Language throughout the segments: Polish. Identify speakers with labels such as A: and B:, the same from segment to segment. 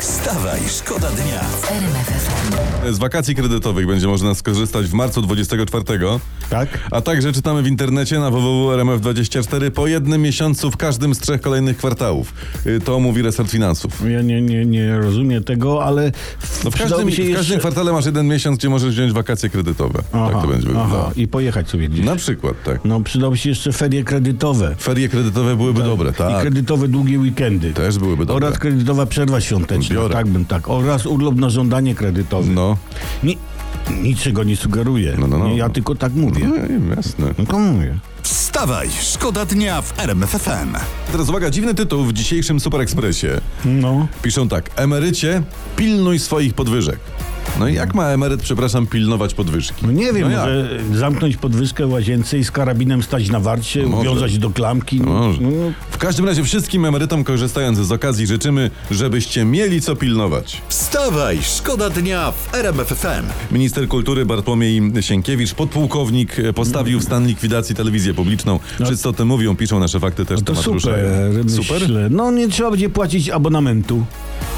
A: Wstawaj, szkoda dnia.
B: Z wakacji kredytowych będzie można skorzystać w marcu 24.
C: Tak?
B: A także czytamy w internecie na www.rmf24 po jednym miesiącu w każdym z trzech kolejnych kwartałów. Y, To mówi resort finansów.
C: Ja nie, nie, nie rozumiem tego, ale
B: No w
C: przydałoby
B: każdym, w każdym
C: jeszcze-
B: kwartale masz jeden miesiąc, gdzie możesz wziąć wakacje kredytowe. tak to będzie wyglądało.
C: aha, i pojechać sobie gdzieś.
B: Na przykład, tak.
C: No przydałoby się jeszcze ferie kredytowe.
B: Ferie kredytowe byłyby dobre,
C: I
B: tak.
C: kredytowe długie weekendy.
B: Też byłyby dobre.
C: Oraz kredytowa przerwa świąteczna.
B: Biorę.
C: Tak bym tak. Oraz urlop na żądanie kredytowe.
B: No,
C: Ni- niczego nie sugeruję.
B: No, no, no.
C: Nie, Ja tylko tak mówię.
B: no i jasne.
C: Tylko mówię.
A: Wstawaj, szkoda dnia w RMF FM.
B: Teraz uwaga, dziwny tytuł w dzisiejszym Super Expressie.
C: No.
B: Piszą tak, emerycie, pilnuj swoich podwyżek. No i jak ma emeryt, przepraszam, pilnować podwyżki?
C: No nie wiem,
B: No jak?
C: może zamknąć podwyżkę w łazience i z karabinem stać na warcie,
B: No może.
C: wiązać do klamki.
B: Może.
C: No,
B: W każdym razie wszystkim emerytom korzystając z okazji życzymy, żebyście mieli co pilnować.
A: Wstawaj, szkoda dnia w RMF FM.
B: Minister kultury Bartłomiej Sienkiewicz, podpułkownik, e, postawił w stan likwidacji telewizję publicną. Wszyscy o tym mówią, piszą nasze fakty też
C: No. to
B: temat
C: super,
B: ruszają.
C: super, myślę. No nie trzeba będzie płacić abonamentu,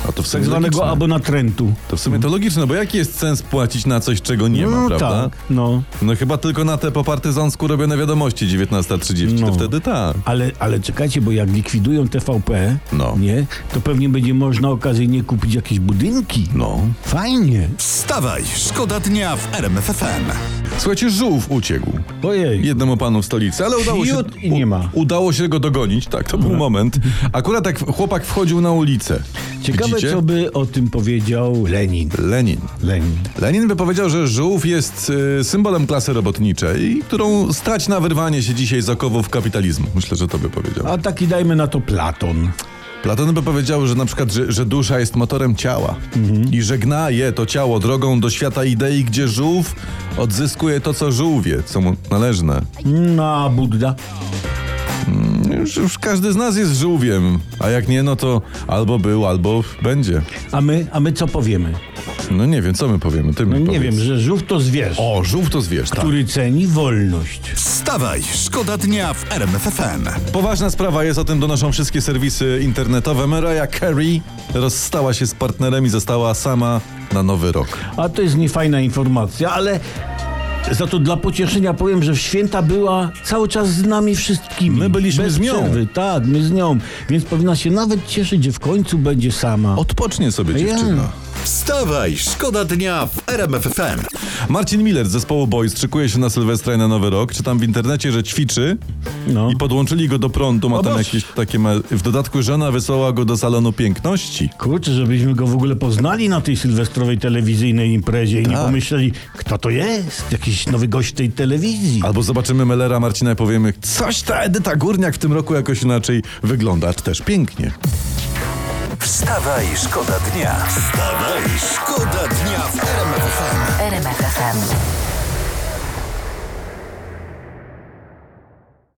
B: A to w sumie
C: tak
B: No logiczne.
C: zwanego abonatrętu.
B: To w sumie to logiczne, bo jaki jest sens płacić na coś, czego nie ma,
C: no
B: prawda?
C: tak, no.
B: No chyba tylko na te po partyzansku robione wiadomości 19.30, to
C: No.
B: wtedy tak.
C: Ale, ale czekajcie, bo jak likwidują TVP,
B: No.
C: nie, to pewnie będzie można okazyjnie kupić jakieś budynki.
B: No.
C: Fajnie.
A: Wstawaj, szkoda dnia w RMF FM.
B: Słuchajcie, żółw uciekł.
C: Ojej.
B: jednemu panu w stolicy, ale udało się,
C: Fiut i nie ma. No.
B: U, udało się go dogonić, tak, to był moment. Akurat tak chłopak wchodził na ulicę.
C: Ciekawe,
B: Widzicie?
C: co by o tym powiedział Lenin.
B: Lenin.
C: Lenin.
B: Lenin by powiedział, że żółw jest y, symbolem klasy robotniczej, którą stać na wyrwanie się dzisiaj z okowów kapitalizmu. Myślę, że to by powiedział.
C: A taki dajmy na to Platon.
B: Platon by powiedział, że na przykład, że, że dusza jest motorem ciała
C: Mhm.
B: i żegna je to ciało drogą do świata idei, gdzie żółw odzyskuje to, co żółwie, co mu należne.
C: No, a Budda.
B: Już, już każdy z nas jest żółwiem, a jak nie, no to albo był, albo będzie.
C: A my, a my co powiemy?
B: No nie wiem, co my powiemy, ty mi
C: No nie
B: powiedz.
C: wiem, że żółw to zwierz,
B: O, żółw to zwierz, tak.
C: który ceni wolność.
A: Wstawaj, szkoda dnia w RMF FM.
B: Poważna sprawa jest, o tym donoszą wszystkie serwisy internetowe. Mariah Carey rozstała się z partnerem i została sama na nowy rok.
C: A to jest niefajna informacja, ale za to dla pocieszenia powiem, że w święta była cały czas z nami wszystkimi.
B: My byliśmy
C: Bez
B: z nią.
C: Przerwy. Tak, my z nią. Więc powinna się nawet cieszyć, że w końcu będzie sama.
B: Odpocznie sobie
C: Ja.
B: dziewczyna.
A: Wstawaj, szkoda dnia w RMF FM.
B: Marcin Miller z zespołu Boys szykuje się na Sylwestra i na Nowy Rok. Czytam w internecie, że ćwiczy
C: No.
B: i podłączyli go do prądu. Ma
C: O
B: tam
C: Boże.
B: jakieś takie... ma- W dodatku żona wysłała go do salonu piękności.
C: Kurczę, żebyśmy go w ogóle poznali na tej sylwestrowej telewizyjnej imprezie i nie
B: Tak.
C: pomyśleli, kto to jest? Jakiś nowy gość tej telewizji.
B: Albo zobaczymy Mellera Marcina i powiemy, coś ta Edyta Górniak w tym roku jakoś inaczej wygląda, czy też pięknie.
A: Wstawaj, szkoda dnia. Wstawaj, szkoda dnia w RMF FM.
D: RMFFM.